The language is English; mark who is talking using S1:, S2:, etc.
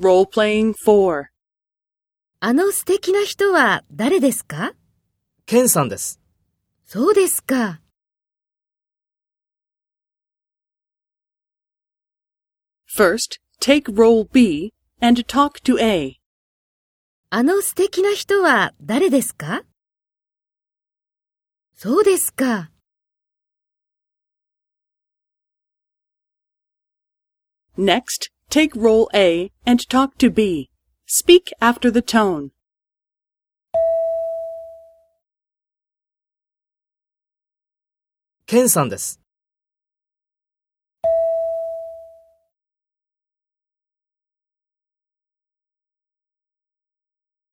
S1: Role playing 4.
S2: あの素敵な人は誰ですか
S3: ケンさんです。
S2: そうですか。
S1: First, take role B and talk to A.
S2: あの素敵な人は誰ですかそうですか。
S1: Next, take role A and talk to B. Speak after the tone.
S3: ケンさんです。